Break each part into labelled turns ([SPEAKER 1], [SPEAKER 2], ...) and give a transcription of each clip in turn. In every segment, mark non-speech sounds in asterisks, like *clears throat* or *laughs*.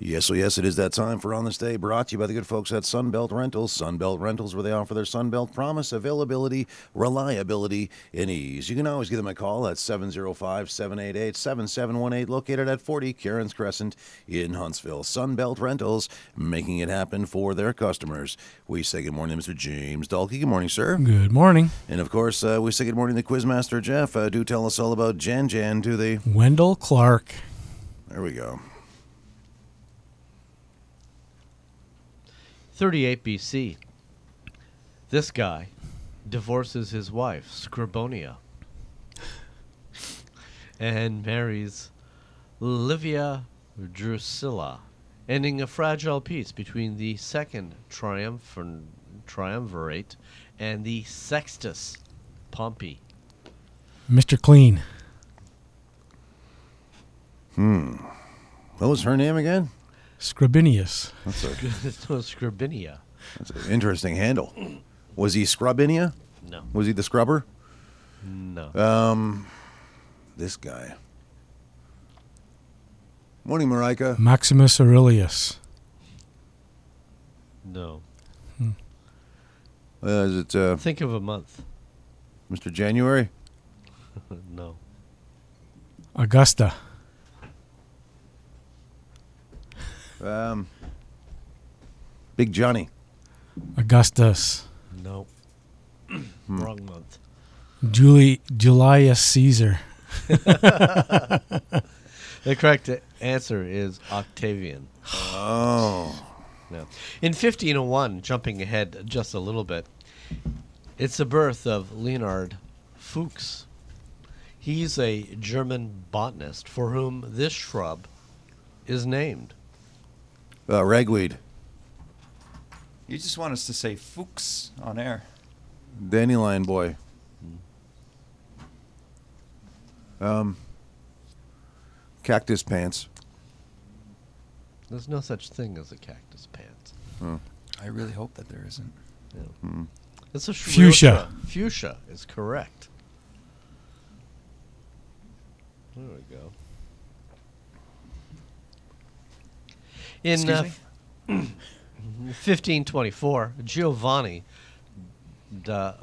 [SPEAKER 1] Yes, so yes, it is that time for On This Day, brought to you by the good folks at Sunbelt Rentals. Sunbelt Rentals, where they offer their Sunbelt promise, availability, reliability, and ease. You can always give them a call at 705 788 7718, located at 40 Karen's Crescent in Huntsville. Sunbelt Rentals, making it happen for their customers. We say good morning to Mr. James Dalkey. Good morning, sir.
[SPEAKER 2] Good morning.
[SPEAKER 1] And of course, uh, we say good morning to Quizmaster Jeff. Uh, do tell us all about Jan Jan, do they?
[SPEAKER 2] Wendell Clark.
[SPEAKER 1] There we go.
[SPEAKER 3] 38 BC. This guy divorces his wife, Scribonia, and marries Livia Drusilla, ending a fragile peace between the second triumphant, triumvirate and the Sextus Pompey. *laughs*
[SPEAKER 2] Mr. Clean.
[SPEAKER 1] What was her name again?
[SPEAKER 2] Scribinius.
[SPEAKER 1] That's a
[SPEAKER 3] There's no Scribinia.
[SPEAKER 1] That's an interesting handle. Was he Scrubinia?
[SPEAKER 3] No.
[SPEAKER 1] Was he the scrubber? Um,
[SPEAKER 3] No.
[SPEAKER 1] Uh. This guy. Morning, Marika.
[SPEAKER 2] Maximus Aurelius.
[SPEAKER 3] no.
[SPEAKER 1] Uh, is it uh,
[SPEAKER 3] Think of a month. *laughs*
[SPEAKER 1] Mr. January?
[SPEAKER 3] no.
[SPEAKER 2] Augusta.
[SPEAKER 1] Um, Big Johnny.
[SPEAKER 2] Augustus.
[SPEAKER 3] No. *clears throat* Wrong month.
[SPEAKER 2] Juli- Julius Caesar.
[SPEAKER 3] The correct answer is Octavian.
[SPEAKER 1] Oh,
[SPEAKER 3] No. In 1501, jumping ahead just a little bit, it's the birth of Leonhard Fuchs. He's a German botanist for whom this shrub is named.
[SPEAKER 1] uh, ragweed.
[SPEAKER 4] You just want us to say Fuchs on air.
[SPEAKER 1] Dandelion boy. Um, Um, cactus pants.
[SPEAKER 3] There's no such thing as a cactus pants.
[SPEAKER 4] I really hope that there isn't.
[SPEAKER 3] No. It's a sh- real
[SPEAKER 2] Fuchsia.
[SPEAKER 3] shrub. Fuchsia is correct. There we go. In
[SPEAKER 4] Excuse
[SPEAKER 3] uh,
[SPEAKER 4] me?
[SPEAKER 3] *coughs* 1524, Giovanni da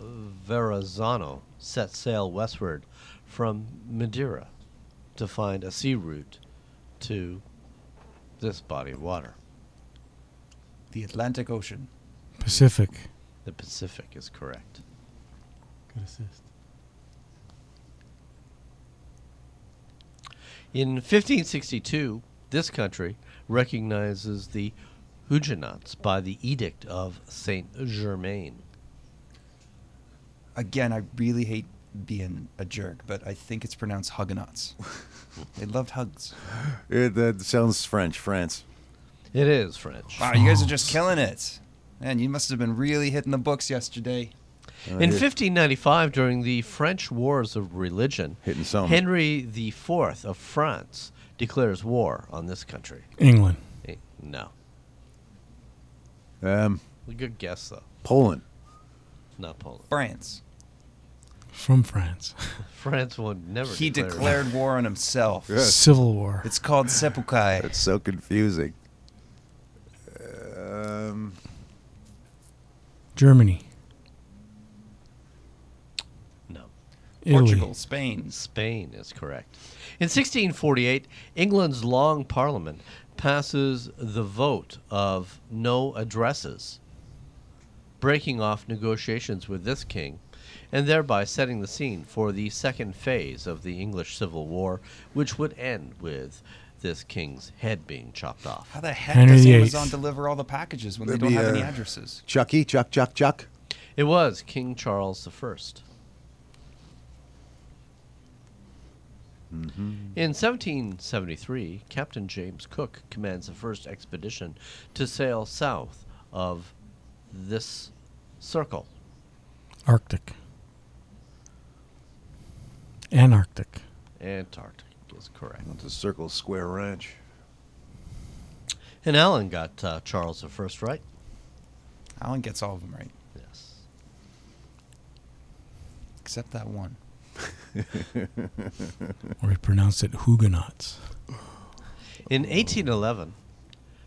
[SPEAKER 3] Verrazzano set sail westward from Madeira to find a sea route to this body of water.
[SPEAKER 4] The Atlantic Ocean.
[SPEAKER 2] Pacific.
[SPEAKER 3] The Pacific is correct.
[SPEAKER 2] Good assist.
[SPEAKER 3] In 1562, this country recognizes the Huguenots by the Edict of Saint Germain.
[SPEAKER 4] Again, I really hate being a jerk, but I think it's pronounced Huguenots. *laughs* they loved hugs.
[SPEAKER 1] It, that sounds French. France.
[SPEAKER 3] It is French.
[SPEAKER 4] Wow, you guys are just killing it. Man, you must have been really hitting the books yesterday.
[SPEAKER 3] In 1595, during the French Wars of Religion,
[SPEAKER 1] Hitting some.
[SPEAKER 3] Henry IV of France declares war on this country.
[SPEAKER 2] England.
[SPEAKER 3] Eh, No.
[SPEAKER 1] Um,
[SPEAKER 3] A good guess, though.
[SPEAKER 1] Poland.
[SPEAKER 3] Not Poland. *laughs*
[SPEAKER 4] France.
[SPEAKER 2] From France.
[SPEAKER 3] France would never
[SPEAKER 4] He
[SPEAKER 3] declare
[SPEAKER 4] declared war on himself.
[SPEAKER 1] Yeah. Yes.
[SPEAKER 2] Civil War.
[SPEAKER 4] It's called seppukai.
[SPEAKER 1] That's so confusing. Um,
[SPEAKER 2] Germany.
[SPEAKER 3] No.
[SPEAKER 2] Italy.
[SPEAKER 4] Portugal, Spain.
[SPEAKER 3] Spain is correct. In 1648, England's Long Parliament passes the vote of no addresses, breaking off negotiations with this king and thereby setting the scene for the second phase of the English Civil War, which would end with this king's head being chopped off.
[SPEAKER 4] How the heck
[SPEAKER 2] Henry
[SPEAKER 4] does
[SPEAKER 2] VIII.
[SPEAKER 4] Amazon deliver all the packages when they don't
[SPEAKER 1] Maybe,
[SPEAKER 4] have any
[SPEAKER 1] uh,
[SPEAKER 4] addresses?
[SPEAKER 1] Chucky. Chuck. Chuck. Chuck.
[SPEAKER 3] It was King Charles I. In 1773, Captain James Cook commands the first expedition to sail south of this circle.
[SPEAKER 2] Arctic. Antarctic.
[SPEAKER 3] Antarctic is correct.
[SPEAKER 1] It's a circle square ranch.
[SPEAKER 3] And Allen got uh, Charles I right.
[SPEAKER 4] Alan gets all of them right,
[SPEAKER 3] Yes.
[SPEAKER 4] except that one.
[SPEAKER 2] Or we pronounce it Huguenots.
[SPEAKER 3] In 1811,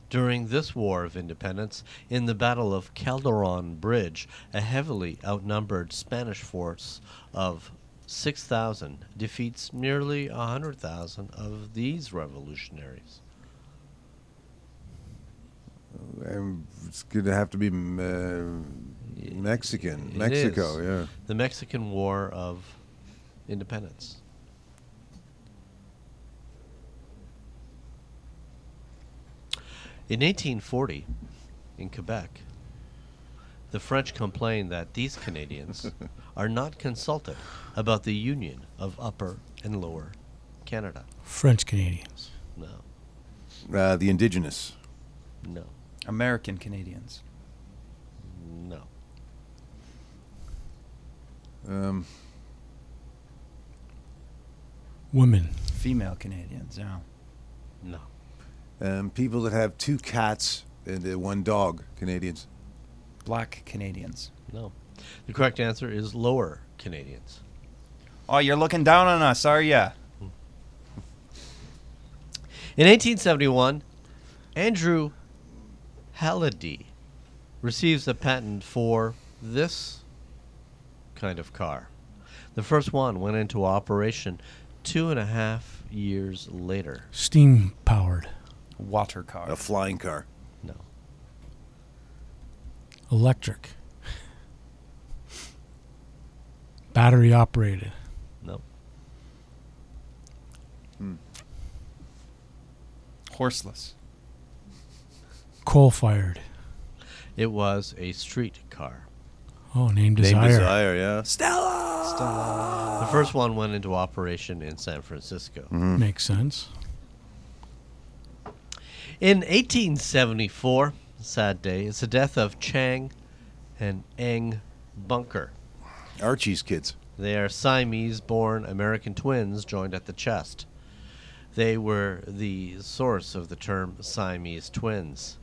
[SPEAKER 3] during this War of Independence in the Battle of Calderon Bridge, a heavily outnumbered Spanish force of 6,000 defeats nearly 100,000 of these revolutionaries.
[SPEAKER 1] Um, It's going to have to be mm, uh, Mexican.
[SPEAKER 3] It
[SPEAKER 1] Mexico,
[SPEAKER 3] is.
[SPEAKER 1] yeah.
[SPEAKER 3] The Mexican War of Independence. In 1840, in Quebec, the French complained that these Canadians are not consulted about the union of Upper and Lower Canada.
[SPEAKER 2] French Canadians.
[SPEAKER 3] No,
[SPEAKER 1] Uh, the indigenous.
[SPEAKER 3] no,
[SPEAKER 4] American Canadians.
[SPEAKER 3] no.
[SPEAKER 1] Um,
[SPEAKER 2] Women.
[SPEAKER 4] Female Canadians, yeah.
[SPEAKER 3] No.
[SPEAKER 1] um, people that have two cats and uh, one dog, Canadians.
[SPEAKER 4] Black Canadians.
[SPEAKER 3] No. The correct answer is lower Canadians.
[SPEAKER 4] Oh, you're looking down on us, are ya?
[SPEAKER 3] In 1871, Andrew Halliday receives a patent for this kind of car. The first one went into operation two and a half years later.
[SPEAKER 2] Steam powered.
[SPEAKER 4] Water car.
[SPEAKER 1] A flying car.
[SPEAKER 3] No.
[SPEAKER 2] Electric. Battery operated.
[SPEAKER 3] No.
[SPEAKER 4] Horseless.
[SPEAKER 2] Coal fired.
[SPEAKER 3] It was a street car.
[SPEAKER 2] Oh,
[SPEAKER 1] Name
[SPEAKER 2] name Desire.
[SPEAKER 1] Desire, yeah.
[SPEAKER 4] Stella.
[SPEAKER 3] The first one went into operation in San Francisco.
[SPEAKER 2] Makes sense.
[SPEAKER 3] In 1874, sad day, it's the death of Chang and Eng Bunker.
[SPEAKER 1] Archie's kids.
[SPEAKER 3] They are Siamese born American twins joined at the chest. They were the source of the term Siamese twins.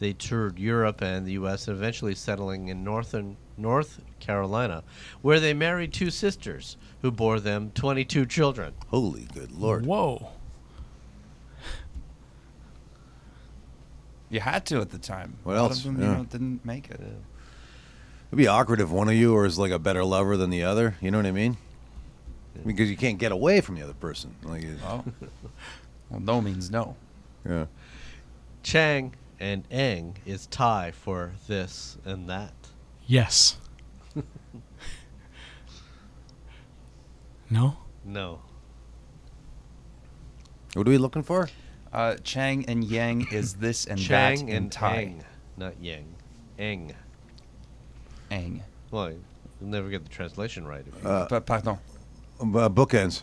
[SPEAKER 3] They toured Europe and the U.S., eventually settling in northern North Carolina, where they married two sisters who bore them 22 children.
[SPEAKER 1] Holy good lord.
[SPEAKER 2] Whoa.
[SPEAKER 4] You had to at the time.
[SPEAKER 1] What
[SPEAKER 4] A lot of
[SPEAKER 1] else?
[SPEAKER 4] them,
[SPEAKER 1] Yeah.
[SPEAKER 4] you know, didn't make it.
[SPEAKER 1] It'd be awkward if one of you is like a better lover than the other. You know what I mean? Because you can't get away from the other person. Like, it-
[SPEAKER 4] Oh. well, no means no.
[SPEAKER 1] yeah.
[SPEAKER 3] Chang and Eng is Thai for this and that.
[SPEAKER 2] Yes. no?
[SPEAKER 3] No.
[SPEAKER 1] What are we looking for?
[SPEAKER 4] Uh, Chang and Yang is this and
[SPEAKER 3] Chang
[SPEAKER 4] that
[SPEAKER 3] and,
[SPEAKER 4] and Tai.
[SPEAKER 3] Eng, not Yang. Eng.
[SPEAKER 4] Ang.
[SPEAKER 3] Well, you'll never get the translation right. If you
[SPEAKER 1] Uh,
[SPEAKER 4] Pa- pardon.
[SPEAKER 1] Um, uh, bookends.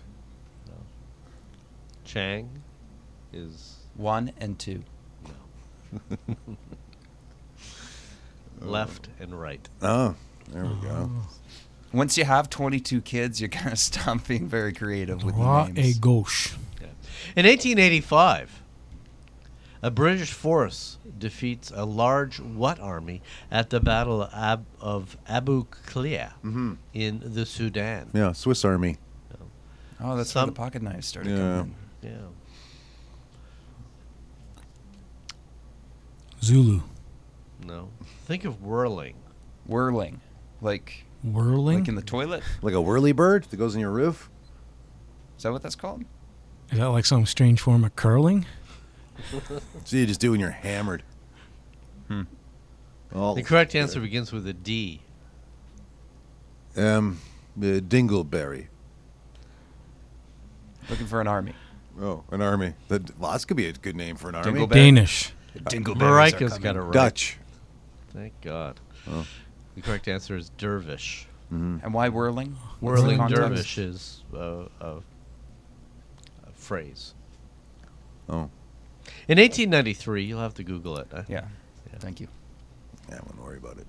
[SPEAKER 3] Chang is
[SPEAKER 4] One and two.
[SPEAKER 3] left and right.
[SPEAKER 1] Oh, there we go.
[SPEAKER 4] Once you have 22 kids, you're going to *laughs* stop being very creative with
[SPEAKER 2] Droit
[SPEAKER 4] the
[SPEAKER 2] et
[SPEAKER 4] names.
[SPEAKER 2] gauche.
[SPEAKER 3] Yeah. In 1885, a British force defeats a large what army at the Battle of, Ab- of Abu Klea
[SPEAKER 1] Mm-hmm.
[SPEAKER 3] in the Sudan.
[SPEAKER 1] *laughs* Yeah, Swiss Army.
[SPEAKER 4] Oh, that's
[SPEAKER 3] Some-
[SPEAKER 4] where the pocket knives started
[SPEAKER 1] Yeah.
[SPEAKER 4] coming in.
[SPEAKER 3] Yeah.
[SPEAKER 2] Zulu.
[SPEAKER 3] No. Think of whirling.
[SPEAKER 4] Whirling. Like,
[SPEAKER 2] Whirling?
[SPEAKER 4] like in the toilet?
[SPEAKER 1] Like a whirly bird that goes in your roof?
[SPEAKER 4] Is that what that's called?
[SPEAKER 2] Is that like some strange form of curling?
[SPEAKER 1] So you just do when you're hammered.
[SPEAKER 4] Hmm.
[SPEAKER 1] All,
[SPEAKER 3] The correct answer begins with a D.
[SPEAKER 1] um, uh, Dingleberry.
[SPEAKER 4] Looking for an army.
[SPEAKER 1] Oh, an army. That, well, this could be a good name for an army.
[SPEAKER 4] Dingleberry.
[SPEAKER 2] Danish.
[SPEAKER 4] Uh, Dingleberries
[SPEAKER 3] Marika's got it right.
[SPEAKER 1] Dutch.
[SPEAKER 3] Thank God.
[SPEAKER 1] Oh.
[SPEAKER 3] The correct answer is dervish.
[SPEAKER 4] And why whirling? What's the
[SPEAKER 3] Whirling
[SPEAKER 4] context?
[SPEAKER 3] dervish is uh, a, a phrase.
[SPEAKER 1] Oh,
[SPEAKER 3] In 1893, you'll have to Google it. I-
[SPEAKER 4] Yeah.
[SPEAKER 3] Yeah.
[SPEAKER 4] Thank you.
[SPEAKER 1] yeah, I wouldn't worry about it.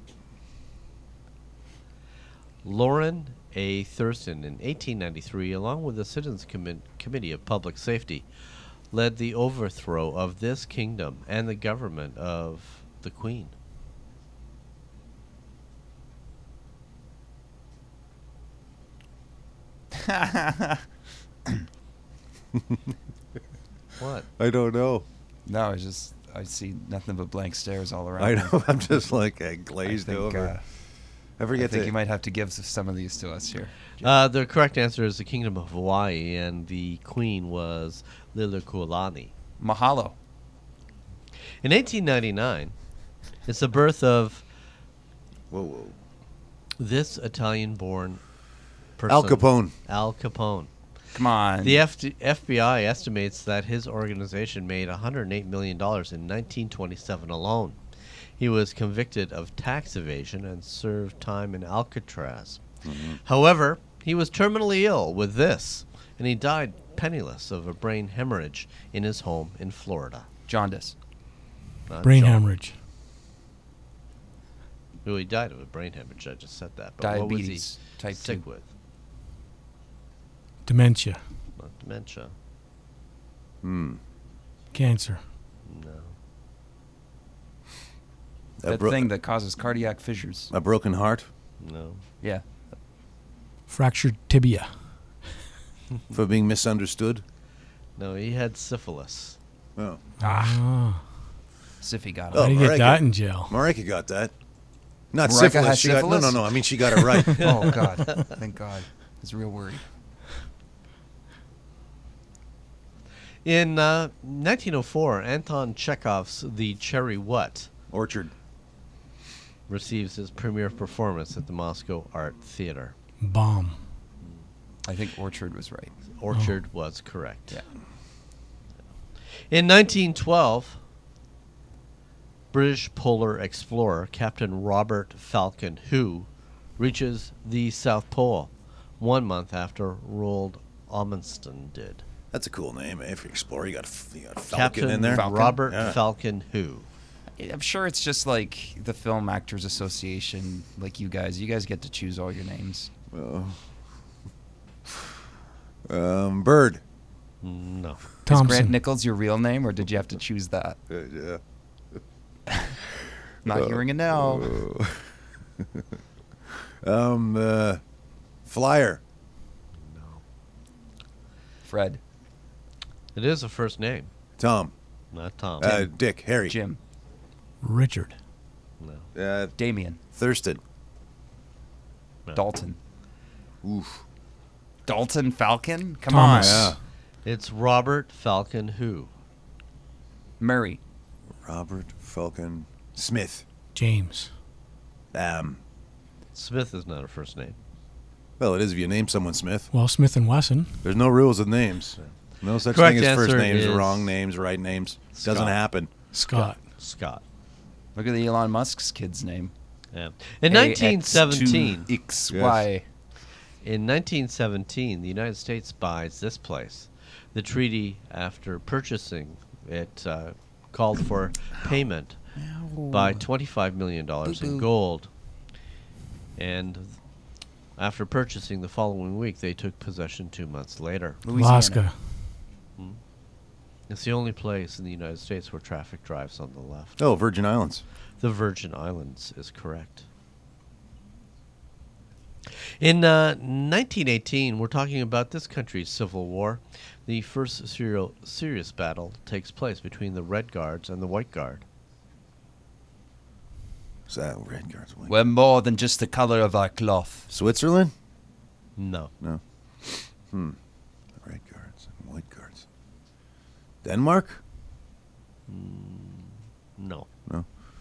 [SPEAKER 3] Lauren A. Thurston, in 1893, along with the Citizens Commi- Committee of Public Safety, led the overthrow of this kingdom and the government of the Queen. What?
[SPEAKER 1] I don't know.
[SPEAKER 4] no, it's just I see nothing but blank stares all around.
[SPEAKER 1] I
[SPEAKER 4] me.
[SPEAKER 1] know. *laughs* I'm just like uh,
[SPEAKER 4] I
[SPEAKER 1] glazed
[SPEAKER 4] think,
[SPEAKER 1] over.
[SPEAKER 4] uh,
[SPEAKER 1] I
[SPEAKER 4] I
[SPEAKER 1] forget
[SPEAKER 4] think
[SPEAKER 1] to.
[SPEAKER 4] you might have to give some of these to us here.
[SPEAKER 3] Uh, the correct answer is the Kingdom of Hawaii, and the queen was Lilikulani.
[SPEAKER 4] Mahalo.
[SPEAKER 3] In 1899, it's the birth of
[SPEAKER 1] Whoa, whoa.
[SPEAKER 3] this Italian-born person,
[SPEAKER 1] Al Capone.
[SPEAKER 3] Al Capone.
[SPEAKER 4] Come on.
[SPEAKER 3] The F- FBI estimates that his organization made 108 million dollars in 1927 alone. He was convicted of tax evasion and served time in Alcatraz.
[SPEAKER 1] Mm-hmm.
[SPEAKER 3] However, he was terminally ill with this, and he died penniless of a brain hemorrhage in his home in Florida.
[SPEAKER 4] Jaundice.
[SPEAKER 3] Not
[SPEAKER 2] Brain
[SPEAKER 3] John.
[SPEAKER 2] hemorrhage.
[SPEAKER 3] Well, he died of a brain hemorrhage. I just said that. But
[SPEAKER 4] Diabetes.
[SPEAKER 3] What
[SPEAKER 4] Type
[SPEAKER 3] was he sick
[SPEAKER 4] 2.
[SPEAKER 3] with?
[SPEAKER 2] Dementia.
[SPEAKER 3] Not dementia.
[SPEAKER 1] Hmm.
[SPEAKER 2] Cancer.
[SPEAKER 3] No.
[SPEAKER 1] A,
[SPEAKER 4] That
[SPEAKER 1] bro-
[SPEAKER 4] thing that causes cardiac fissures.
[SPEAKER 1] a broken heart,
[SPEAKER 3] No.
[SPEAKER 4] Yeah.
[SPEAKER 2] Fractured tibia.
[SPEAKER 1] for being misunderstood.
[SPEAKER 3] No. He had syphilis.
[SPEAKER 1] Oh.
[SPEAKER 2] Ah.
[SPEAKER 4] Siffy got it.
[SPEAKER 2] How
[SPEAKER 1] Oh,
[SPEAKER 2] do you get
[SPEAKER 1] Marika.
[SPEAKER 2] that in jail?
[SPEAKER 1] Marika got that. Not
[SPEAKER 4] Marika
[SPEAKER 1] syphilis.
[SPEAKER 4] has
[SPEAKER 1] She got, no, no,
[SPEAKER 4] syphilis?
[SPEAKER 1] no. I mean, she got it
[SPEAKER 3] *laughs*
[SPEAKER 1] right.
[SPEAKER 4] oh God! Thank God. I was real worried.
[SPEAKER 3] In uh, 1904, Anton Chekhov's *The Cherry What*
[SPEAKER 1] Orchard.
[SPEAKER 3] receives his premiere performance at the Moscow Art Theater.
[SPEAKER 2] Bomb.
[SPEAKER 4] I think Orchard was right.
[SPEAKER 3] Orchard was correct.
[SPEAKER 4] Yeah.
[SPEAKER 3] In 1912, British polar explorer Captain Robert Falcon Who reaches the South Pole one month after Roald Amundsen did.
[SPEAKER 1] That's a cool name. eh? If you explore, you got, f- you got Falcon
[SPEAKER 3] Captain
[SPEAKER 1] in there.
[SPEAKER 4] Falcon?
[SPEAKER 3] Robert
[SPEAKER 1] Yeah.
[SPEAKER 3] Falcon Who.
[SPEAKER 4] I'm sure it's just like the Film Actors Association, like you guys. You guys get to choose all your names.
[SPEAKER 1] Um, Bird.
[SPEAKER 3] No.
[SPEAKER 4] Is Grant
[SPEAKER 2] Thompson.
[SPEAKER 4] Nichols your real name, or did you have to choose that?
[SPEAKER 1] Uh, yeah.
[SPEAKER 4] *laughs* Not hearing it now.
[SPEAKER 1] uh, Um, uh, Flyer.
[SPEAKER 4] Fred,
[SPEAKER 3] It is a first name,
[SPEAKER 1] Tom.
[SPEAKER 3] not Tom.
[SPEAKER 1] Uh, Dick. Harry.
[SPEAKER 4] Jim,
[SPEAKER 2] Richard.
[SPEAKER 3] no.
[SPEAKER 1] Uh,
[SPEAKER 4] Damien,
[SPEAKER 1] Thurston.
[SPEAKER 3] No.
[SPEAKER 4] Dalton,
[SPEAKER 1] Oof.
[SPEAKER 4] Dalton Falcon. Come
[SPEAKER 2] Thomas.
[SPEAKER 4] on,
[SPEAKER 1] Yeah.
[SPEAKER 3] It's Robert Falcon Who.
[SPEAKER 4] Murray,
[SPEAKER 1] Robert Falcon Smith.
[SPEAKER 2] James.
[SPEAKER 1] Um,
[SPEAKER 3] Smith is not a first name.
[SPEAKER 1] well, it is if you name someone Smith.
[SPEAKER 2] Well, Smith and Wesson.
[SPEAKER 1] There's no rules with names. No such
[SPEAKER 3] Correct
[SPEAKER 1] thing as first
[SPEAKER 3] answer
[SPEAKER 1] names,
[SPEAKER 3] is-
[SPEAKER 1] wrong names, right names. Doesn't
[SPEAKER 3] Scott.
[SPEAKER 1] happen.
[SPEAKER 2] Scott.
[SPEAKER 3] Scott.
[SPEAKER 4] look at the Elon Musk's kid's name.
[SPEAKER 3] Yeah. In 1917,
[SPEAKER 4] X
[SPEAKER 1] Yes.
[SPEAKER 4] Y.
[SPEAKER 3] in 1917, the United States buys this place. The treaty, after purchasing it, uh, called for payment by 25 million dollars in
[SPEAKER 4] Boo-boo.
[SPEAKER 3] gold. And after purchasing the following week, they took possession two months later.
[SPEAKER 2] Alaska.
[SPEAKER 3] It's the only place in the United States where traffic drives on the left.
[SPEAKER 1] Oh, Virgin Islands.
[SPEAKER 3] The Virgin Islands is correct. In uh, 1918, we're talking about this country's civil war. The first serial, serious battle takes place between the Red Guards and the White Guard.
[SPEAKER 1] Is that Red Guards? Wing?
[SPEAKER 4] We're more than just the color of our cloth.
[SPEAKER 1] Switzerland?
[SPEAKER 3] No,
[SPEAKER 1] No. Hmm. Red Guards and White Guards. Denmark?
[SPEAKER 3] no,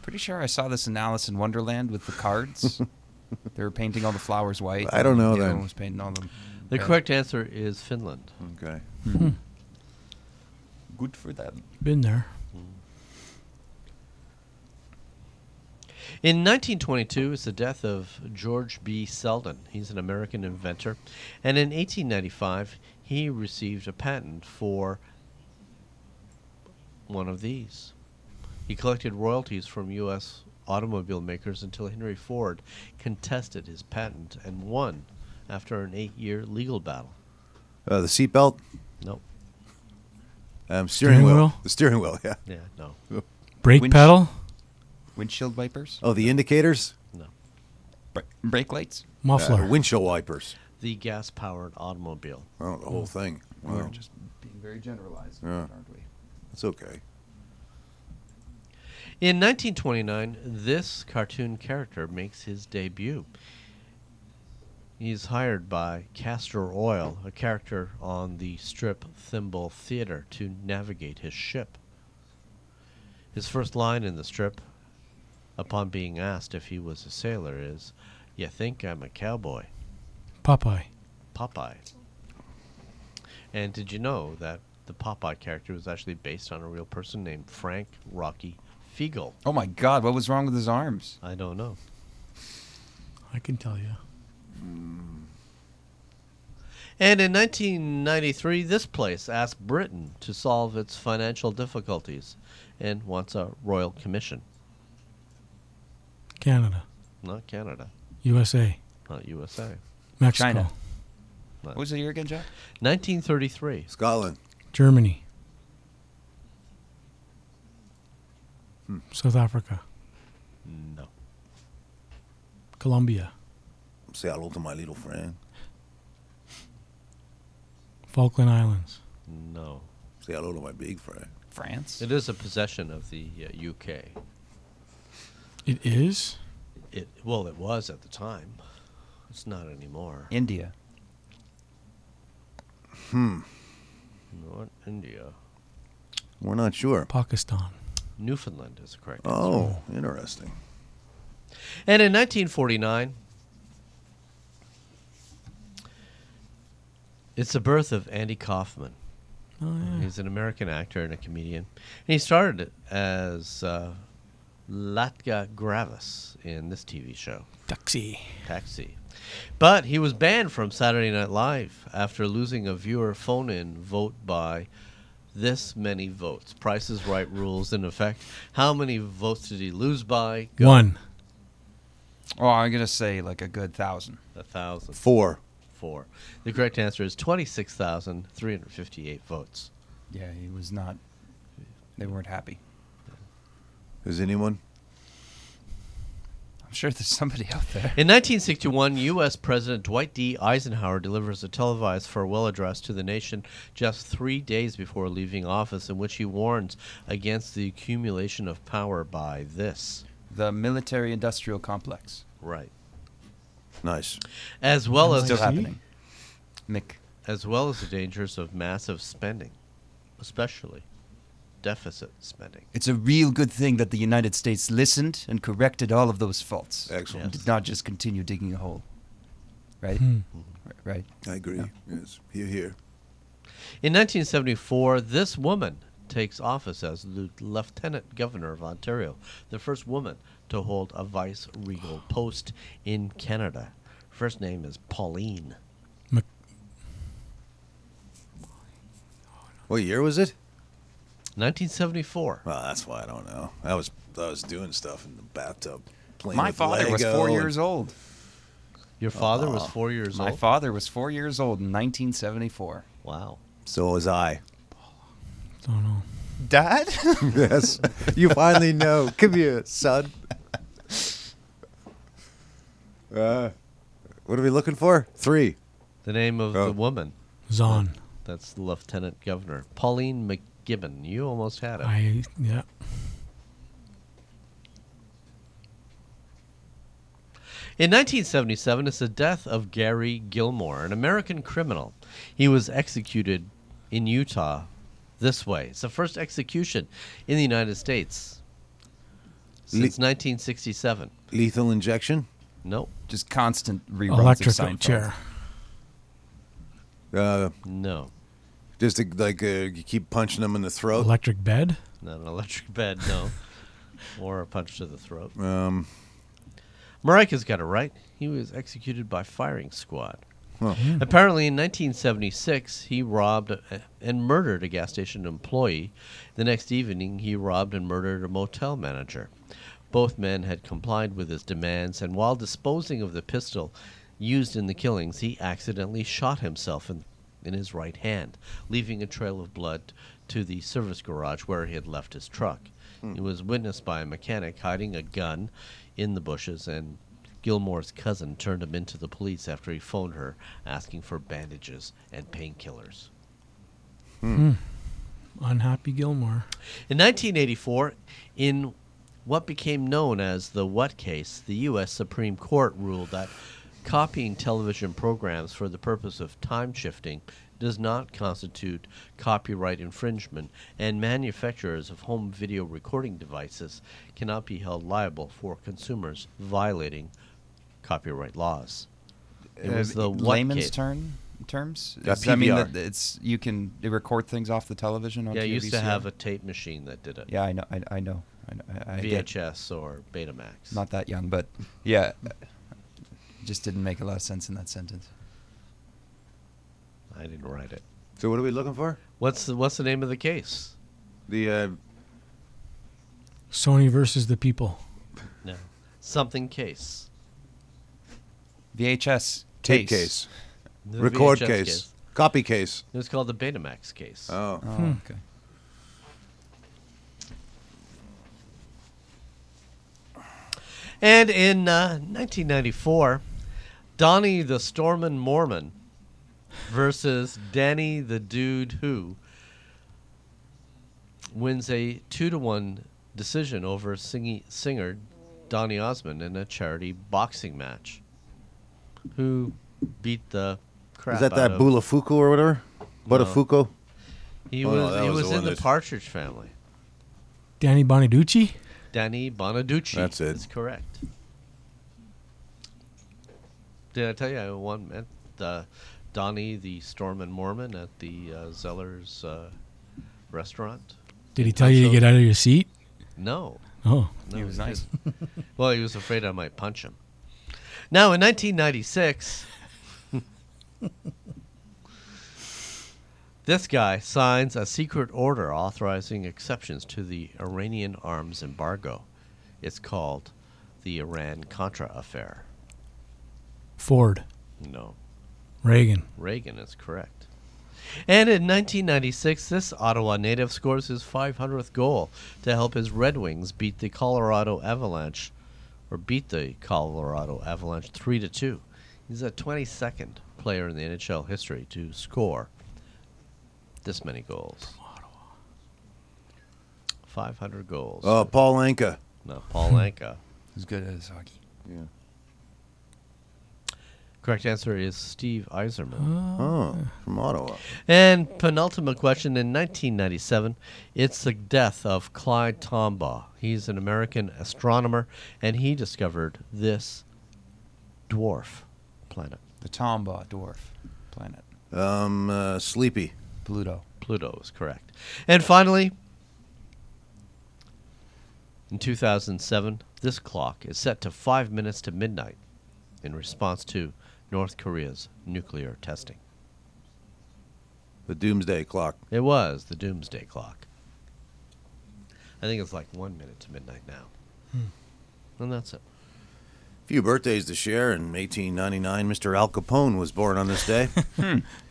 [SPEAKER 4] Pretty sure I saw this in Alice in Wonderland with
[SPEAKER 1] *laughs*
[SPEAKER 4] the cards. they were painting all the flowers white.
[SPEAKER 1] I don't know
[SPEAKER 4] and
[SPEAKER 1] then.
[SPEAKER 4] Everyone was painting all them.
[SPEAKER 3] the
[SPEAKER 4] red.
[SPEAKER 3] correct answer is Finland.
[SPEAKER 1] Okay. Hmm.
[SPEAKER 4] Good for them.
[SPEAKER 2] Been there.
[SPEAKER 3] In 1922 is the death of George B. Selden. He's an American inventor. And in 1895, he received a patent for one of these. He collected royalties from U.S. automobile makers until Henry Ford contested his patent and won after an eight year legal battle.
[SPEAKER 1] Uh, the seatbelt?
[SPEAKER 3] Nope.
[SPEAKER 1] Um, steering,
[SPEAKER 2] Steering
[SPEAKER 1] wheel.
[SPEAKER 2] wheel?
[SPEAKER 1] The steering wheel, yeah.
[SPEAKER 3] Yeah, no.
[SPEAKER 2] Brake
[SPEAKER 4] Winch- uh,
[SPEAKER 2] pedal.
[SPEAKER 4] Windshield wipers.
[SPEAKER 1] Oh, the indicators?
[SPEAKER 4] Bra- brake lights.
[SPEAKER 2] Muffler.
[SPEAKER 1] Uh, windshield wipers.
[SPEAKER 3] The gas powered automobile.
[SPEAKER 1] Oh, the whole thing. Wow.
[SPEAKER 4] just being very generalized,
[SPEAKER 1] Yeah.
[SPEAKER 4] aren't we?
[SPEAKER 1] That's okay.
[SPEAKER 3] In 1929, this cartoon character makes his debut. He's hired by Castor Oil, a character on the strip Thimble Theater, to navigate his ship. His first line in the strip, upon being asked if he was a sailor, is, You think I'm a cowboy?
[SPEAKER 2] Popeye.
[SPEAKER 3] Popeye. And did you know that the Popeye character was actually based on a real person named Frank Rocky Fiegel?
[SPEAKER 4] Oh my God, what was wrong with his arms?
[SPEAKER 3] I don't know.
[SPEAKER 2] I can tell you.
[SPEAKER 3] And in 1993, this place asked Britain to solve its financial difficulties and wants a royal commission.
[SPEAKER 2] Canada,
[SPEAKER 3] Not Canada,
[SPEAKER 2] USA,
[SPEAKER 3] not USA.
[SPEAKER 2] Mexico,
[SPEAKER 4] China. What was the year again, Jack?
[SPEAKER 3] 1933.
[SPEAKER 1] Scotland.
[SPEAKER 2] Germany,
[SPEAKER 4] Hmm.
[SPEAKER 2] South Africa,
[SPEAKER 3] No.
[SPEAKER 2] Colombia,
[SPEAKER 1] Say hello to my little friend.
[SPEAKER 2] Falkland Islands.
[SPEAKER 3] No.
[SPEAKER 1] Say hello to my big friend.
[SPEAKER 4] France.
[SPEAKER 3] It is a possession of the uh, UK.
[SPEAKER 2] It is?
[SPEAKER 3] It well, it was at the time. It's not anymore.
[SPEAKER 4] India.
[SPEAKER 3] Not India.
[SPEAKER 1] We're not sure.
[SPEAKER 2] Pakistan.
[SPEAKER 3] Newfoundland is the correct. answer.
[SPEAKER 1] Oh, interesting.
[SPEAKER 3] And in 1949, it's the birth of Andy Kaufman.
[SPEAKER 2] Oh, yeah.
[SPEAKER 3] He's an American actor and a comedian. And he started as uh, Latka Gravis in this TV show,
[SPEAKER 2] Taxi.
[SPEAKER 3] Taxi. But he was banned from Saturday Night Live after losing a viewer phone in vote by this many votes. Price is Right rules in effect. How many votes did he lose by?
[SPEAKER 2] One.
[SPEAKER 4] Oh, I'm gonna say like a good thousand.
[SPEAKER 3] A thousand.
[SPEAKER 1] Four.
[SPEAKER 3] four. The correct answer is 26,358 votes.
[SPEAKER 4] Yeah, he was not. They weren't happy.
[SPEAKER 1] Is anyone?
[SPEAKER 4] I'm sure there's somebody out *laughs* there.
[SPEAKER 3] In 1961, U.S. President Dwight D. Eisenhower delivers a televised farewell address to the nation just three days before leaving office, in which he warns against the accumulation of power by this.
[SPEAKER 4] The military-industrial complex
[SPEAKER 3] Right.
[SPEAKER 1] Nice.
[SPEAKER 3] As well as
[SPEAKER 4] still
[SPEAKER 2] see.
[SPEAKER 4] happening. Mick.
[SPEAKER 3] as well as the dangers of massive spending, especially deficit spending.
[SPEAKER 4] It's a real good thing that the United States listened and corrected all of those faults.
[SPEAKER 1] Excellent.
[SPEAKER 4] And did not just continue digging a hole. Right?
[SPEAKER 2] Hmm.
[SPEAKER 4] Right.
[SPEAKER 1] I agree. Yes. Here, here.
[SPEAKER 3] In 1974, this woman takes office as the Lieutenant Governor of Ontario, the first woman to hold a vice regal post in Canada. First name is Pauline.
[SPEAKER 2] Mc-
[SPEAKER 1] What year was it?
[SPEAKER 3] 1974.
[SPEAKER 1] Well, that's why I don't know. I was I was doing stuff in the bathtub. Playing
[SPEAKER 4] My
[SPEAKER 1] with
[SPEAKER 4] father was
[SPEAKER 1] Lego
[SPEAKER 4] four
[SPEAKER 1] and-
[SPEAKER 4] years old.
[SPEAKER 3] Your father was four years
[SPEAKER 4] My
[SPEAKER 3] old.
[SPEAKER 4] father was four years old in 1974.
[SPEAKER 3] wow.
[SPEAKER 1] So was I.
[SPEAKER 2] Don't know.
[SPEAKER 4] Dad?
[SPEAKER 1] yes. You finally know. Come here, son. Uh, what are we looking for? Three.
[SPEAKER 3] The name of
[SPEAKER 1] Oh.
[SPEAKER 3] the woman.
[SPEAKER 2] Zon.
[SPEAKER 3] That's the Lieutenant Governor. Pauline McGibbon. You almost had it.
[SPEAKER 2] I, yeah.
[SPEAKER 3] In 1977, it's the death of Gary Gilmore, an American criminal. He was executed in Utah this way. It's the first execution in the United States since 1967.
[SPEAKER 1] Lethal injection.
[SPEAKER 3] Nope,
[SPEAKER 4] *laughs* Just constant reruns of
[SPEAKER 2] Electrical
[SPEAKER 4] Seinfeld.
[SPEAKER 2] chair.
[SPEAKER 1] Uh,
[SPEAKER 3] no,
[SPEAKER 1] just to, like uh, you keep punching them in the
[SPEAKER 4] Oh.
[SPEAKER 1] throat.
[SPEAKER 2] Electric bed.
[SPEAKER 3] not an electric bed, no, or a punch to the throat.
[SPEAKER 1] um,
[SPEAKER 3] Marika's got it right. He was executed by firing squad.
[SPEAKER 1] Huh.
[SPEAKER 3] Apparently, in 1976, he robbed uh, and murdered a gas station employee. The next evening, he robbed and murdered a motel manager. Both men had complied with his demands, and while disposing of the pistol used in the killings, he accidentally shot himself in, in his right hand, leaving a trail of blood to the service garage where he had left his truck. It was witnessed by a mechanic hiding a gun in the bushes and Gilmore's cousin turned him into the police after he phoned her asking for bandages and painkillers.
[SPEAKER 2] Unhappy Gilmore.
[SPEAKER 3] In 1984, in what became known as the What case, the U.S. Supreme Court ruled that copying television programs for the purpose of time shifting does not constitute copyright infringement, and manufacturers of home video recording devices cannot be held liable for consumers violating copyright laws. It was the what
[SPEAKER 4] Uh, layman's
[SPEAKER 3] case.
[SPEAKER 4] turn terms.
[SPEAKER 1] Yeah,
[SPEAKER 4] Does that mean
[SPEAKER 3] PVR.
[SPEAKER 4] that it's you can record things off the television? On
[SPEAKER 3] Yeah, I
[SPEAKER 4] your
[SPEAKER 3] used to
[SPEAKER 4] VCR?
[SPEAKER 3] have a tape machine that did it.
[SPEAKER 4] Yeah, I know. I, I know. I, know, I, I did.
[SPEAKER 3] VHS or Betamax.
[SPEAKER 4] Not that young, but yeah, just didn't make a lot of sense in that sentence.
[SPEAKER 3] I didn't write it.
[SPEAKER 1] So what are we looking for?
[SPEAKER 3] What's the, what's the name of the case?
[SPEAKER 1] The uh,
[SPEAKER 2] Sony versus the people.
[SPEAKER 3] No. Something case.
[SPEAKER 4] VHS
[SPEAKER 1] tape
[SPEAKER 4] case.
[SPEAKER 1] case,
[SPEAKER 3] The
[SPEAKER 1] record
[SPEAKER 3] VHS
[SPEAKER 1] case, copy case.
[SPEAKER 3] It was called the Betamax case.
[SPEAKER 1] Oh,
[SPEAKER 4] Oh,
[SPEAKER 2] Hmm.
[SPEAKER 4] okay.
[SPEAKER 3] And in uh, 1994, Donnie the Stormin' Mormon versus Danny the Dude Who wins a two to one decision over singy, singer Donny Osmond in a charity boxing match. Who beat the crap
[SPEAKER 1] is that
[SPEAKER 3] out
[SPEAKER 1] that
[SPEAKER 3] of-
[SPEAKER 1] Bulafuku or whatever? Butafuku?
[SPEAKER 3] He
[SPEAKER 1] Oh,
[SPEAKER 3] was
[SPEAKER 1] no, that
[SPEAKER 3] he
[SPEAKER 1] was
[SPEAKER 3] was,
[SPEAKER 1] the one
[SPEAKER 3] in the
[SPEAKER 1] that-
[SPEAKER 3] Partridge Family.
[SPEAKER 2] Danny Bonaducci.
[SPEAKER 3] Danny Bonaducci.
[SPEAKER 1] That's it.
[SPEAKER 3] Is correct. Did I tell you I one met uh, Donnie the Storm and Mormon at the uh, Zeller's uh, restaurant?
[SPEAKER 2] Did he tell you to
[SPEAKER 3] so.
[SPEAKER 2] get out of your seat?
[SPEAKER 3] No.
[SPEAKER 2] Oh,
[SPEAKER 3] no
[SPEAKER 4] He was nice.
[SPEAKER 3] didn't. well, he was afraid I might punch him. Now, in 1996, *laughs* this guy signs a secret order authorizing exceptions to the Iranian arms embargo. It's called the Iran Contra affair.
[SPEAKER 2] Ford,
[SPEAKER 3] No,
[SPEAKER 2] Reagan.
[SPEAKER 3] Reagan is correct. And in 1996, this Ottawa native scores his 500th goal to help his Red Wings beat the Colorado Avalanche, or beat the Colorado Avalanche 3 to 2. He's the 22nd player in the NHL history to score this many goals. 500 goals.
[SPEAKER 1] Oh, Paul Anka.
[SPEAKER 3] No, Paul Anka.
[SPEAKER 4] As good as hockey.
[SPEAKER 1] Yeah.
[SPEAKER 3] Correct answer is Steve Eiserman.
[SPEAKER 4] Uh,
[SPEAKER 1] Oh, from Ottawa.
[SPEAKER 3] And penultimate question in 1997, it's the death of Clyde Tombaugh. He's an American astronomer, and he discovered this dwarf planet,
[SPEAKER 4] The Tomba dwarf planet.
[SPEAKER 1] Um, uh, Sleepy.
[SPEAKER 4] Pluto.
[SPEAKER 3] Pluto. Is correct. And finally, in 2007, this clock is set to five minutes to midnight in response to North Korea's nuclear testing.
[SPEAKER 1] The Doomsday Clock.
[SPEAKER 3] It was the doomsday clock. I think it's like one minute to midnight now. And that's it.
[SPEAKER 1] Few birthdays to share. In 1899, Mr. Al Capone was born on this day.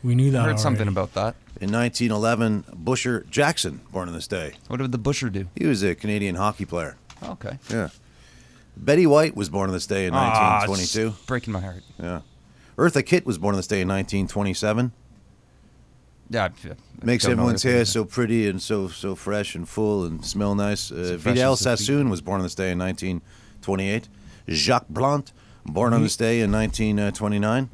[SPEAKER 2] We knew that.
[SPEAKER 4] I heard something
[SPEAKER 2] already.
[SPEAKER 4] about that.
[SPEAKER 1] In 1911, Busher Jackson born on this day.
[SPEAKER 4] What did the Busher do?
[SPEAKER 1] He was a Canadian hockey player.
[SPEAKER 4] Okay.
[SPEAKER 1] Yeah. Betty White was born on this day in
[SPEAKER 4] Ah,
[SPEAKER 1] 1922.
[SPEAKER 4] it's breaking my heart.
[SPEAKER 1] Yeah. Eartha Kitt was born on this day in 1927.
[SPEAKER 4] Yeah. I- I
[SPEAKER 1] Makes
[SPEAKER 4] don't know
[SPEAKER 1] everyone's
[SPEAKER 4] everything.
[SPEAKER 1] hair so pretty and so so fresh and full and smell nice. Uh,
[SPEAKER 4] So fresh
[SPEAKER 1] Vidal
[SPEAKER 4] and so
[SPEAKER 1] Sassoon was born on this day in 1928. Jacques Blanc, born
[SPEAKER 4] Mm-hmm.
[SPEAKER 1] on this day in 1929.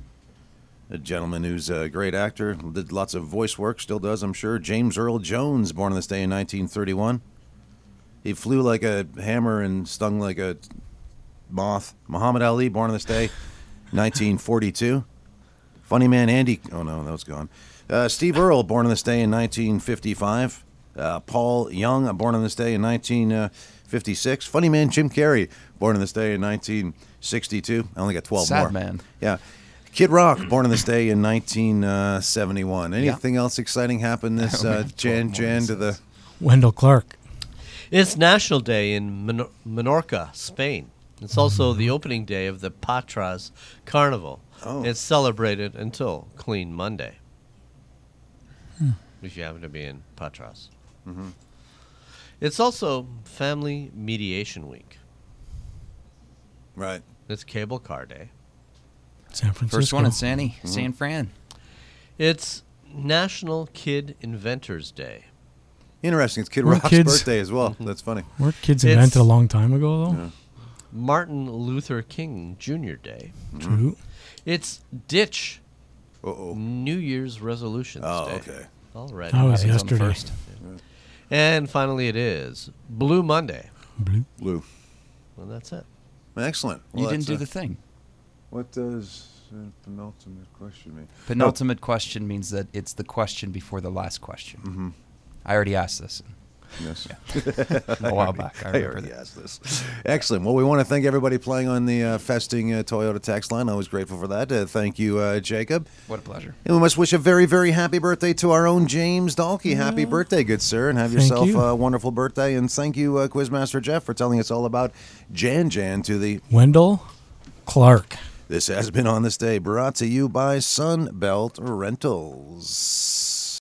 [SPEAKER 1] A gentleman who's a great actor, did lots of voice work, still does, I'm sure. James Earl Jones, born on this day in 1931. He flew like a hammer and stung like a moth. Muhammad Ali, born on this day, 1942. Funny man Andy. Oh no, that was gone. Uh, Steve Earle, born on this day in 1955. Uh, Paul Young, born on this day in 1956. Funny man Jim Carrey, born on this day in 1962. I only got 12
[SPEAKER 4] Sad
[SPEAKER 1] more.
[SPEAKER 4] man.
[SPEAKER 1] Yeah. Kid Rock, born on this day in 1971. Anything else exciting happened
[SPEAKER 4] *laughs*
[SPEAKER 1] this
[SPEAKER 4] only
[SPEAKER 1] uh,
[SPEAKER 4] have 12
[SPEAKER 1] Jan
[SPEAKER 4] more,
[SPEAKER 1] Jan
[SPEAKER 4] he
[SPEAKER 1] to the?
[SPEAKER 4] says.
[SPEAKER 2] Wendell Clark.
[SPEAKER 3] It's National Day in Menor- Menorca, Spain. It's also the opening day of the Patras Carnival.
[SPEAKER 1] Oh.
[SPEAKER 3] It's celebrated until Clean Monday. If you happen to be in Patras. It's also Family Mediation Week.
[SPEAKER 1] Right.
[SPEAKER 3] It's Cable Car Day.
[SPEAKER 2] San Francisco.
[SPEAKER 4] First one in Sanny,
[SPEAKER 1] Mm-hmm.
[SPEAKER 4] San Fran.
[SPEAKER 3] It's National Kid Inventors Day.
[SPEAKER 1] Interesting. It's Kid
[SPEAKER 2] We're
[SPEAKER 1] Rock's
[SPEAKER 2] kids.
[SPEAKER 1] birthday as well. That's funny.
[SPEAKER 2] Weren't kids
[SPEAKER 3] It's-
[SPEAKER 2] invented a long time ago, though?
[SPEAKER 3] Martin Luther King Jr. Day.
[SPEAKER 2] True.
[SPEAKER 3] It's ditch
[SPEAKER 1] Uh oh.
[SPEAKER 4] *laughs*
[SPEAKER 3] New Year's resolutions
[SPEAKER 1] Oh,
[SPEAKER 3] day.
[SPEAKER 1] okay.
[SPEAKER 3] All right.
[SPEAKER 2] That Oh, was
[SPEAKER 4] it's on the
[SPEAKER 2] yesterday.
[SPEAKER 4] first.
[SPEAKER 3] And finally, it is Blue Monday.
[SPEAKER 2] Blue.
[SPEAKER 1] Blue.
[SPEAKER 3] Well, that's it.
[SPEAKER 1] Excellent.
[SPEAKER 4] you
[SPEAKER 1] Well,
[SPEAKER 4] didn't
[SPEAKER 1] that's,
[SPEAKER 4] do
[SPEAKER 1] uh,
[SPEAKER 4] the thing.
[SPEAKER 1] What does uh, penultimate question mean?
[SPEAKER 4] Penultimate question means that it's the question before the last question. Mm-hmm. I already asked this
[SPEAKER 1] Yes.
[SPEAKER 4] *laughs* a while back.
[SPEAKER 1] *laughs*
[SPEAKER 4] I
[SPEAKER 1] I
[SPEAKER 4] remember
[SPEAKER 1] already
[SPEAKER 4] that.
[SPEAKER 1] asked this. Excellent. Well, we want to thank everybody playing on the uh, festing uh, Toyota text line. Always grateful for that. Uh, thank you, uh, Jacob.
[SPEAKER 4] What a pleasure.
[SPEAKER 1] And we must wish a very, very happy birthday to our own James Dalkey. Happy birthday, good sir, and have
[SPEAKER 2] Thank
[SPEAKER 1] yourself
[SPEAKER 2] you.
[SPEAKER 1] a wonderful birthday. And thank you, uh, Quizmaster Jeff, for telling us all about Jan Jan to the
[SPEAKER 2] Wendell Clark.
[SPEAKER 1] This Has Been On This Day, brought to you by Sunbelt Rentals.